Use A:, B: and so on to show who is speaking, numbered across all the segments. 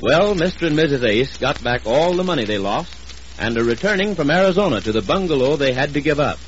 A: Well, Mr. and Mrs. Ace got back all the money they lost and are returning from Arizona to the bungalow they had to give up.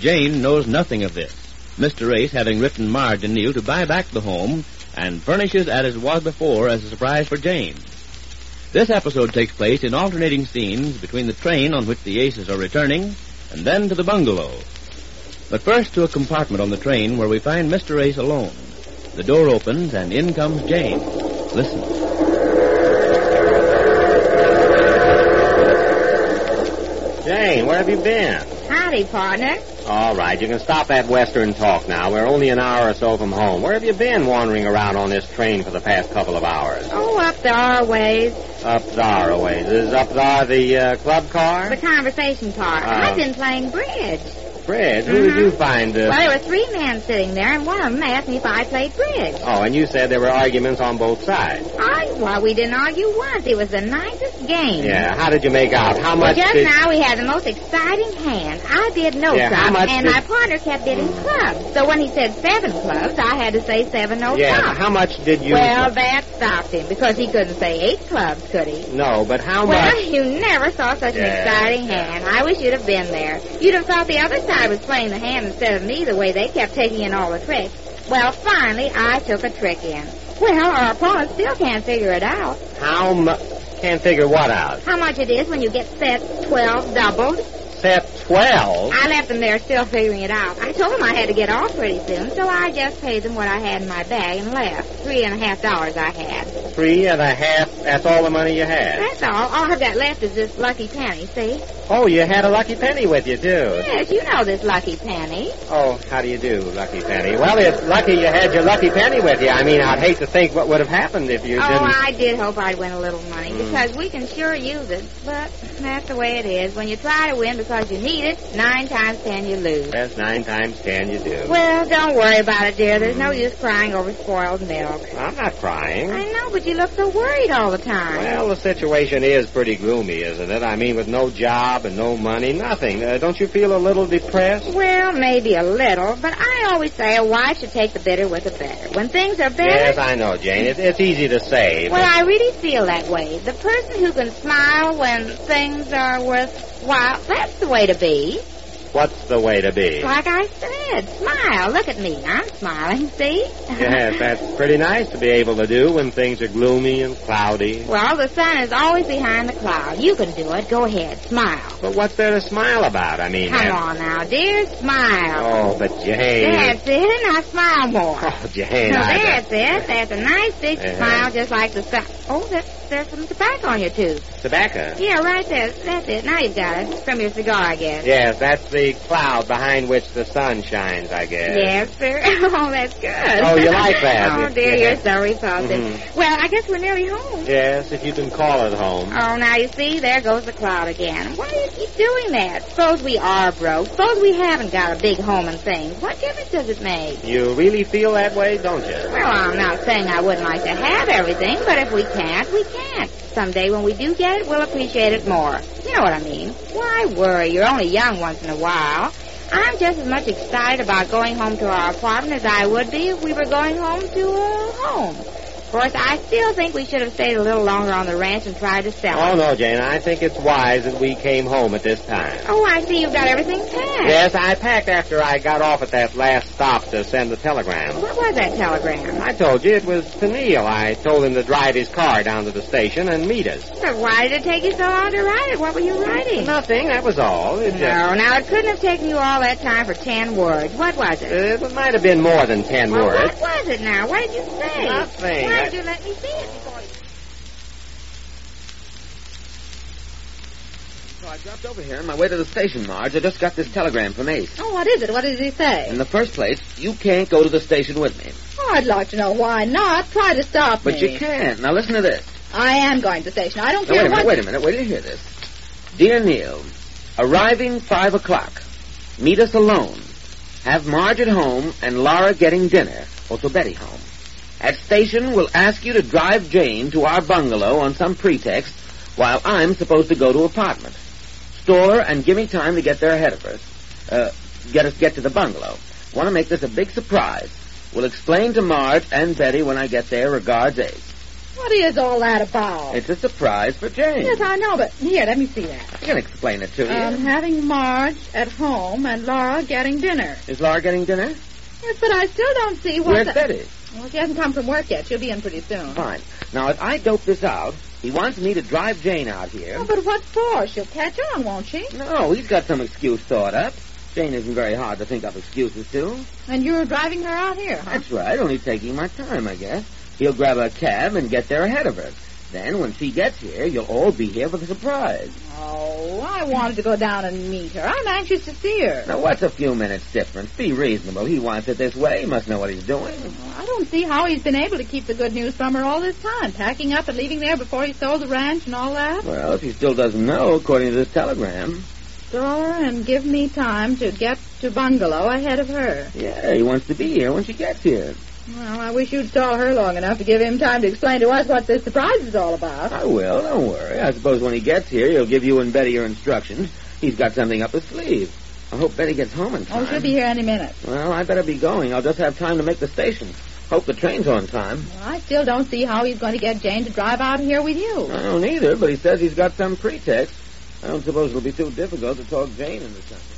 A: Jane knows nothing of this. Mr. Ace having written Marge and Neil to buy back the home and furnishes as it was before as a surprise for Jane. This episode takes place in alternating scenes between the train on which the Aces are returning and then to the bungalow. But first to a compartment on the train where we find Mr. Ace alone. The door opens and in comes Jane. Listen. Jane, where have you been?
B: Howdy, partner.
A: All right, you can stop that Western talk now. We're only an hour or so from home. Where have you been wandering around on this train for the past couple of hours?
B: Oh, up there our ways.
A: Up there, ways. Is up there the uh, club car?
B: The conversation part.
A: Uh.
B: I've been playing bridge.
A: Fred, who did
B: Mhm.
A: you find? Uh...
B: Well, there were three men sitting there, and one of them asked me if I played bridge.
A: Oh, and you said there were arguments on both sides.
B: I, why, we didn't argue once. It was the nicest game.
A: Yeah, how did you make out? How much
B: Just
A: did...
B: now we had the most exciting hand. I did no
A: Yeah, how
B: sum,
A: much
B: and
A: did-
B: my partner kept bidding clubs. So when he said seven clubs, I had to say seven no
A: Yeah,
B: sum.
A: how much did you...
B: Well, that stopped him because he couldn't say eight clubs, could he?
A: No, but how
B: Well,
A: much...
B: you never saw such an
A: Yeah.
B: exciting hand. I wish you'd have been there. You'd have thought the other side was playing the hand instead of me the way they kept taking in all the tricks. Well, finally, I took a trick in. Well, our opponent still can't figure it out.
A: How much... Can't figure what out.
B: How much it is when you get set 12 doubled.
A: Set 12?
B: I left them there still figuring it out. I told them I had to get off pretty soon, so I just paid them what I had in my bag and left. Three and a half dollars I had.
A: Three and a half. That's all the money you had.
B: That's all. All I've got left is this lucky penny, see?
A: Oh, you had a lucky penny with you, too.
B: Yes, you know this lucky penny.
A: Oh, how do you do, Lucky Penny? Well, it's lucky you had your Lucky Penny with you. I mean, I'd hate to think what would have happened if you
B: oh,
A: didn't.
B: I did hope I'd win a little money
A: Mm.
B: because we can sure use it. But that's the way it is. When you try to win because you need it, nine times ten you lose.
A: That's nine times ten, you do.
B: Well, don't worry about it, dear. There's no
A: Mm.
B: use crying over spoiled milk.
A: I'm not crying.
B: I know, but you look so worried all the time.
A: Mm. Well, the situation is pretty gloomy, isn't it? I mean, with no job and no money, nothing. Uh, don't you feel a little depressed?
B: Well, maybe a little, but I always say a wife should take the bitter with the better. When things are better,
A: Yes, I know, Jane. It, it's easy to say.
B: Well, I really feel that way. The person who can smile when things are worthwhile, that's the way to be.
A: but what's the way to be?
B: Like I said, smile. Look at me. I'm smiling, see?
A: Yes, that's pretty nice to be able to do when things are gloomy and cloudy.
B: well, the sun is always behind the cloud. You can do it. Go ahead. Smile.
A: But what's there to smile about? I mean,
B: Come
A: that-
B: on now, dear. Smile.
A: Oh, but Jane.
B: That's it. Now smile more.
A: Oh, Jane.
B: now,
A: I don't-
B: that's it. That's a nice big
A: Uh-huh.
B: smile, just like the sun. Oh, there, there's some tobacco on your tooth.
A: Tobacco.
B: Yeah, right there. That's it. Now you've got it. From your cigar, I guess.
A: Yes, that's the cloud behind which the sun shines, I guess.
B: Yes, sir. Oh, that's good.
A: Oh, you like that.
B: oh, dear,
A: Yeah.
B: you're so repulsive.
A: Mhm.
B: Well, I guess we're nearly home.
A: Yes, if you can call it home.
B: Oh, now you see, there goes the cloud again. Why do you keep doing that? Suppose we are broke. Suppose we haven't got a big home and things. What difference does it make?
A: You really feel that way, don't you?
B: Well, I'm not saying I wouldn't like to have everything, but if we can't, we can't. Someday when we do get it, we'll appreciate it more. You know what I mean? Why worry? You're only young once in a while. I'm just as much excited about going home to our apartment as I would be if we were going home to a home. course, I still think we should have stayed a little longer on the ranch and tried to sell
A: Oh,
B: it.
A: no, Jane. I think it's wise that we came home at this time.
B: Oh, I see you've got everything packed.
A: Yes, I packed after I got off at that last stop to send the telegram.
B: What was that telegram?
A: I told you it was to Neil. I told him to drive his car down to the station and meet us.
B: But why did it take you so long to write it? What were you writing?
A: Nothing, that was all. It just...
B: No, now it couldn't have taken you all that time for ten words. What was it?
A: Uh, it might have been more than ten
B: Well,
A: words.
B: What was it now? What did you say?
A: Nothing.
B: Why
A: I-
B: did you let me see it before you...
C: So I dropped over here on my way to the station, Marge. I just got this telegram from Ace.
D: Oh, what is it? What did he say?
C: In the first place, you can't go to the station with me.
D: Oh, I'd like to know why not. Try to stop
C: But
D: me.
C: you can't. Now listen to this.
D: I am going to the station. I don't
C: Now,
D: care
C: wait a minute,
D: what.
C: wait a minute. Wait till you hear this. Dear Neil, arriving five o'clock. Meet us alone. Have Marge at home and Laura getting dinner. Also Betty home. At station, we'll ask you to drive Jane to our bungalow on some pretext while I'm supposed to go to apartment. Store and give me time to get there ahead of us. Uh, get us get to the bungalow. Want to make this a big surprise. We'll explain to Marge and Betty when I get there. Regards, Ace.
D: What is all that about?
C: It's a surprise for Jane.
D: Yes, I know, but here, let me see that.
C: I can explain it to you.
D: Um, having Marge at home and Laura getting dinner.
C: Is Laura getting dinner?
D: Yes, but I still don't see what
C: Where's
D: the...
C: Betty?
D: Well, she hasn't come from work yet. She'll be in pretty soon.
C: Fine. Now, if I dope this out, he wants me to drive Jane out here.
D: Oh, but what for? She'll catch on, won't she?
C: No, he's got some excuse thought up. Jane isn't very hard to think up excuses to.
D: And you're driving her out here, huh?
C: That's right, only taking my time, I guess. He'll grab a cab and get there ahead of her. Then, when she gets here, you'll all be here for the surprise.
D: Oh, I wanted to go down and meet her. I'm anxious to see her.
C: Now, what's a few minutes difference? Be reasonable. He wants it this way. He must know what he's doing.
D: I don't see how he's been able to keep the good news from her all this time, packing up and leaving there before he sold the ranch and all that.
C: Well, if he still doesn't know, according to this telegram.
D: Store and give me time to get to bungalow ahead of her.
C: Yeah, he wants to be here when she gets here.
D: Well, I wish you'd stall her long enough to give him time to explain to us what this surprise is all about.
C: I will. Don't worry. I suppose when he gets here, he'll give you and Betty your instructions. He's got something up his sleeve. I hope Betty gets home in time.
D: Oh, she'll be here any minute.
C: Well, I better be going. I'll just have time to make the station. Hope the train's on time.
D: Well, I still don't see how he's going to get Jane to drive out here with you.
C: I don't either, but he says he's got some pretext. I don't suppose it'll be too difficult to talk Jane into something.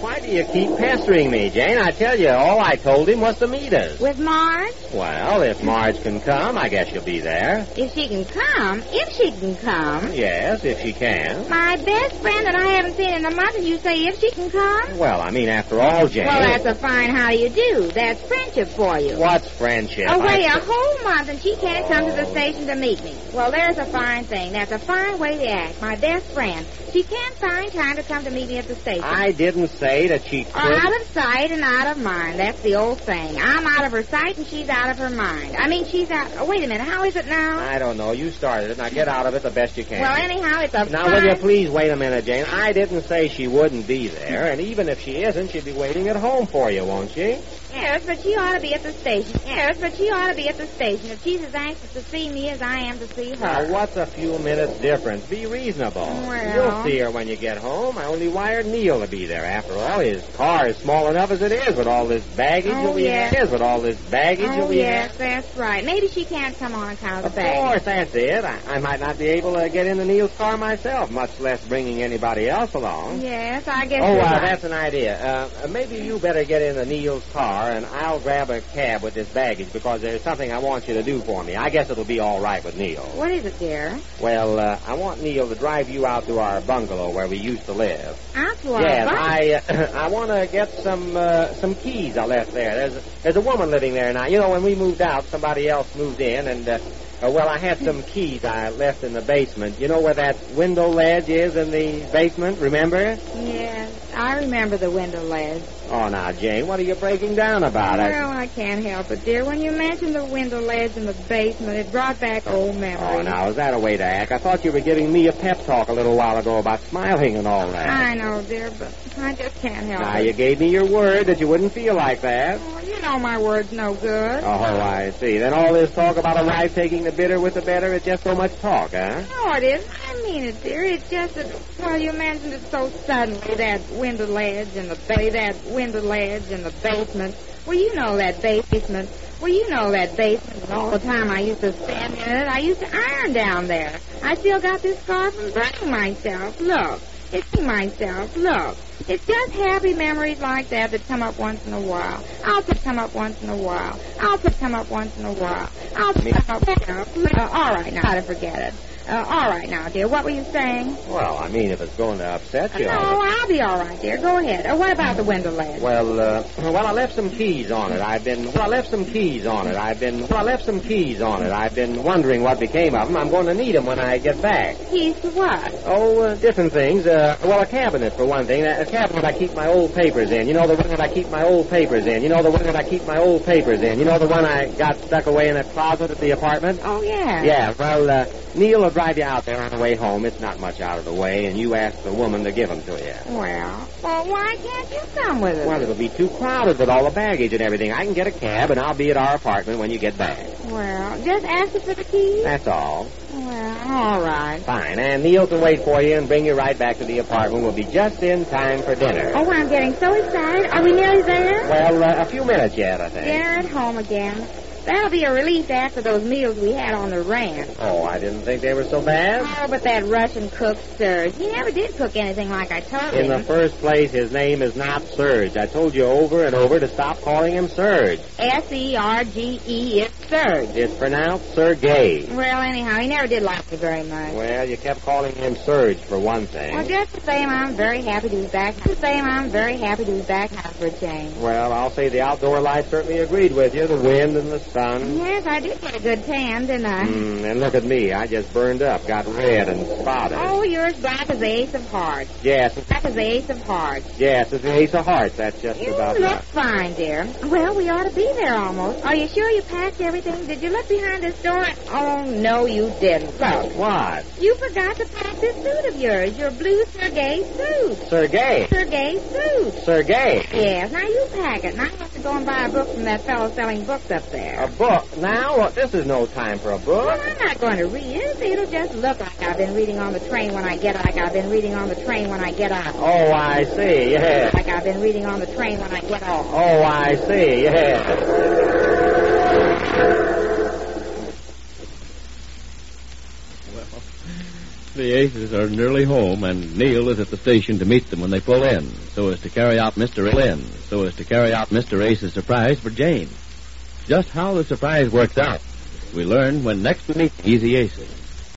A: Why do you keep pestering me, Jane? I tell you, all I told him was to meet us.
B: With Marge?
A: Well, if Marge can come, I guess you'll be there.
B: If she can come. If she can come.
A: Yes, if she can.
B: My best friend that I haven't seen in a month, and you say if she can come?
A: Well, I mean, after all, Jane.
B: Well, that's a fine how do you do. That's friendship for you.
A: What's friendship?
B: Away
A: I-
B: Oh, a whole month and she can't come to the station to meet me. Well, there's a fine thing. That's a fine way to act. My best friend. She can't find time to come to meet me at the station.
A: I didn't say that she could.
B: Or out of sight and out of mind. That's the old saying. I'm out of her sight and she's out of her mind. I mean, she's out. Oh, wait a minute. How is it now?
A: I don't know. You started it. Now get out of it the best you can.
B: Well, anyhow, it's a
A: now,
B: fine...
A: will you please wait a minute, Jane? I didn't say she wouldn't be there, and even if she isn't, she'll be waiting at home for you, won't she?
B: Yes, but she ought to be at the station. Yes, but she ought to be at the station if she's as anxious to see me as I am to see
A: Now,
B: her.
A: what's a few minutes difference? Be reasonable.
B: Well.
A: You'll see her when you get home. I only wired Neil to be there. After all, his car is small enough as it is with all this baggage
B: Oh,
A: that we
B: yes.
A: have. With all this baggage that
B: Oh,
A: we
B: yes, that's right. Maybe she can't come on
A: have.
B: account of
A: Of
B: the bag.
A: course, that's it. I, I might not be able to get into Neil's car myself, much less bringing anybody else along.
B: Yes, I guess
A: Oh,
B: you're
A: uh,
B: right.
A: that's an idea. Uh, maybe you better get into Neil's car, and I'll grab a cab with this baggage because there's something I want you to do for me. I guess it'll be all right with Neil.
B: What is it, dear?
A: Well, uh, I want Neil to drive you out to our bungalow where we used to live.
B: Out to our
A: yes,
B: bungalow.
A: I uh, I want to get some uh, some keys I left there. There's a, there's a woman living there now. You know, when we moved out, somebody else moved in, and uh, uh, well, I had some keys I left in the basement. You know where that window ledge is in the basement? Remember?
B: Yes, I remember the window ledge.
A: Oh, now, Jane, what are you breaking down about? I-
B: well, I can't help it, dear. When you mentioned the window ledge in the basement, it brought back old memories.
A: Oh, now, is that a way to act? I thought you were giving me a pep talk a little while ago about smiling and all that.
B: I know, dear, but I just can't help
A: Now,
B: it.
A: you gave me your word that you wouldn't feel like that.
B: Oh, you know my word's no good.
A: Oh, I see. Then all this talk about a wife taking the bitter with the better is just so much talk, huh?
B: No, it isn't. I Nina, dear, it's just that, well, you mentioned it so suddenly, that window ledge and the bay, that window ledge and the basement. Well, you know that basement. Well, you know that basement. And all the time I used to stand in it, I used to iron down there. I still got this scar from burning myself. Look, it's to myself. Look, it's just happy memories like that that come up once in a while. I'll put come up once in a while. I'll put come up once in a while. I'll put come up. Look, uh, all right, now, how to forget it. Uh, all right now, dear. What were you saying?
C: Well, I mean, if it's going to upset you.
B: no,
C: I'll-
B: I'll be all right, dear. Go ahead. Uh, what about the window ledge?
C: Well, uh, well, I left some keys on it. I've been, well, I left some keys on it. I've been, well, I left some keys on it. I've been wondering what became of them. I'm going to need them when I get back.
B: Keys to what?
C: Oh, uh, different things. Uh, well, a cabinet for one thing. A a cabinet I keep my old papers in. You know the one that I keep my old papers in. You know the one that I keep my old papers in. You know the one I got stuck away in a closet at the apartment.
B: Oh, yeah.
C: Yeah, well, uh, Neil will drive you out there on the way home. It's not much out of the way, and you ask the woman to give them to you.
B: Well, well, why can't you come with us?
C: Well, it'll be too crowded with all the baggage and everything. I can get a cab, and I'll be at our apartment when you get back.
B: Well, just ask her for the keys.
C: That's all.
B: Well, all right.
C: Fine. And Neil can wait for you and bring you right back to the apartment. We'll be just in time for dinner.
B: Oh, I'm getting so excited. Are we nearly there?
C: Well, uh, a few minutes yet, I think.
B: They're at home again. That'll be a relief after those meals we had on the ranch.
C: Oh, I didn't think they were so bad.
B: Oh, but that Russian cook, Serge, he never did cook anything like I told
C: In the
B: him.
C: first place, his name is not Serge. I told you over and over to stop calling him Serge.
B: E S-E-R-G-E, E, it's Serge.
C: It's pronounced Sergey.
B: Well, anyhow, he never did like me very much.
C: Well, you kept calling him Serge for one
B: Well,
C: thing.
B: just the same, I'm very happy to be back. Just the same, I'm very happy to be back now for a change.
C: Well, I'll say the outdoor life certainly agreed with you. The wind and the sun.
B: Yes, I did get a good tan, didn't I?
C: Mm, and look at me. I just burned up, got red and spotted.
B: Oh, you're as black as the ace of hearts.
C: Yes, it's-
B: Black as the ace of hearts.
C: yes, it's the ace of hearts. That's just
B: You
C: about
B: look
C: it.
B: fine, dear. Well, we ought to be there almost. Are you sure you packed everything? Did you look behind this door? Oh, no, you didn't. Look,
C: What?
B: you forgot to pack this suit of yours, your blue Sergei suit.
C: Sergey.
B: Sergei suit.
C: Sergey.
B: Yes, now you pack it. Now I have to go and buy a book from that fellow selling books up there.
C: A book. Now, Well, this is no time for a
B: Well,
C: book.
B: I'm not going to read it. It'll just look like I've been reading on the train when I get like I've been reading on the train when I get out.
C: Oh, I see. Yes.
B: Like I've been reading on the train when I get off.
C: Oh, I see. Yes.
A: The Aces are nearly home, and Neil is at the station to meet them when they pull in, so as to carry out Mr. Lynn, so as to carry out Mr. Ace's surprise for Jane. Just how the surprise works out, we learn when next we meet the Easy Aces.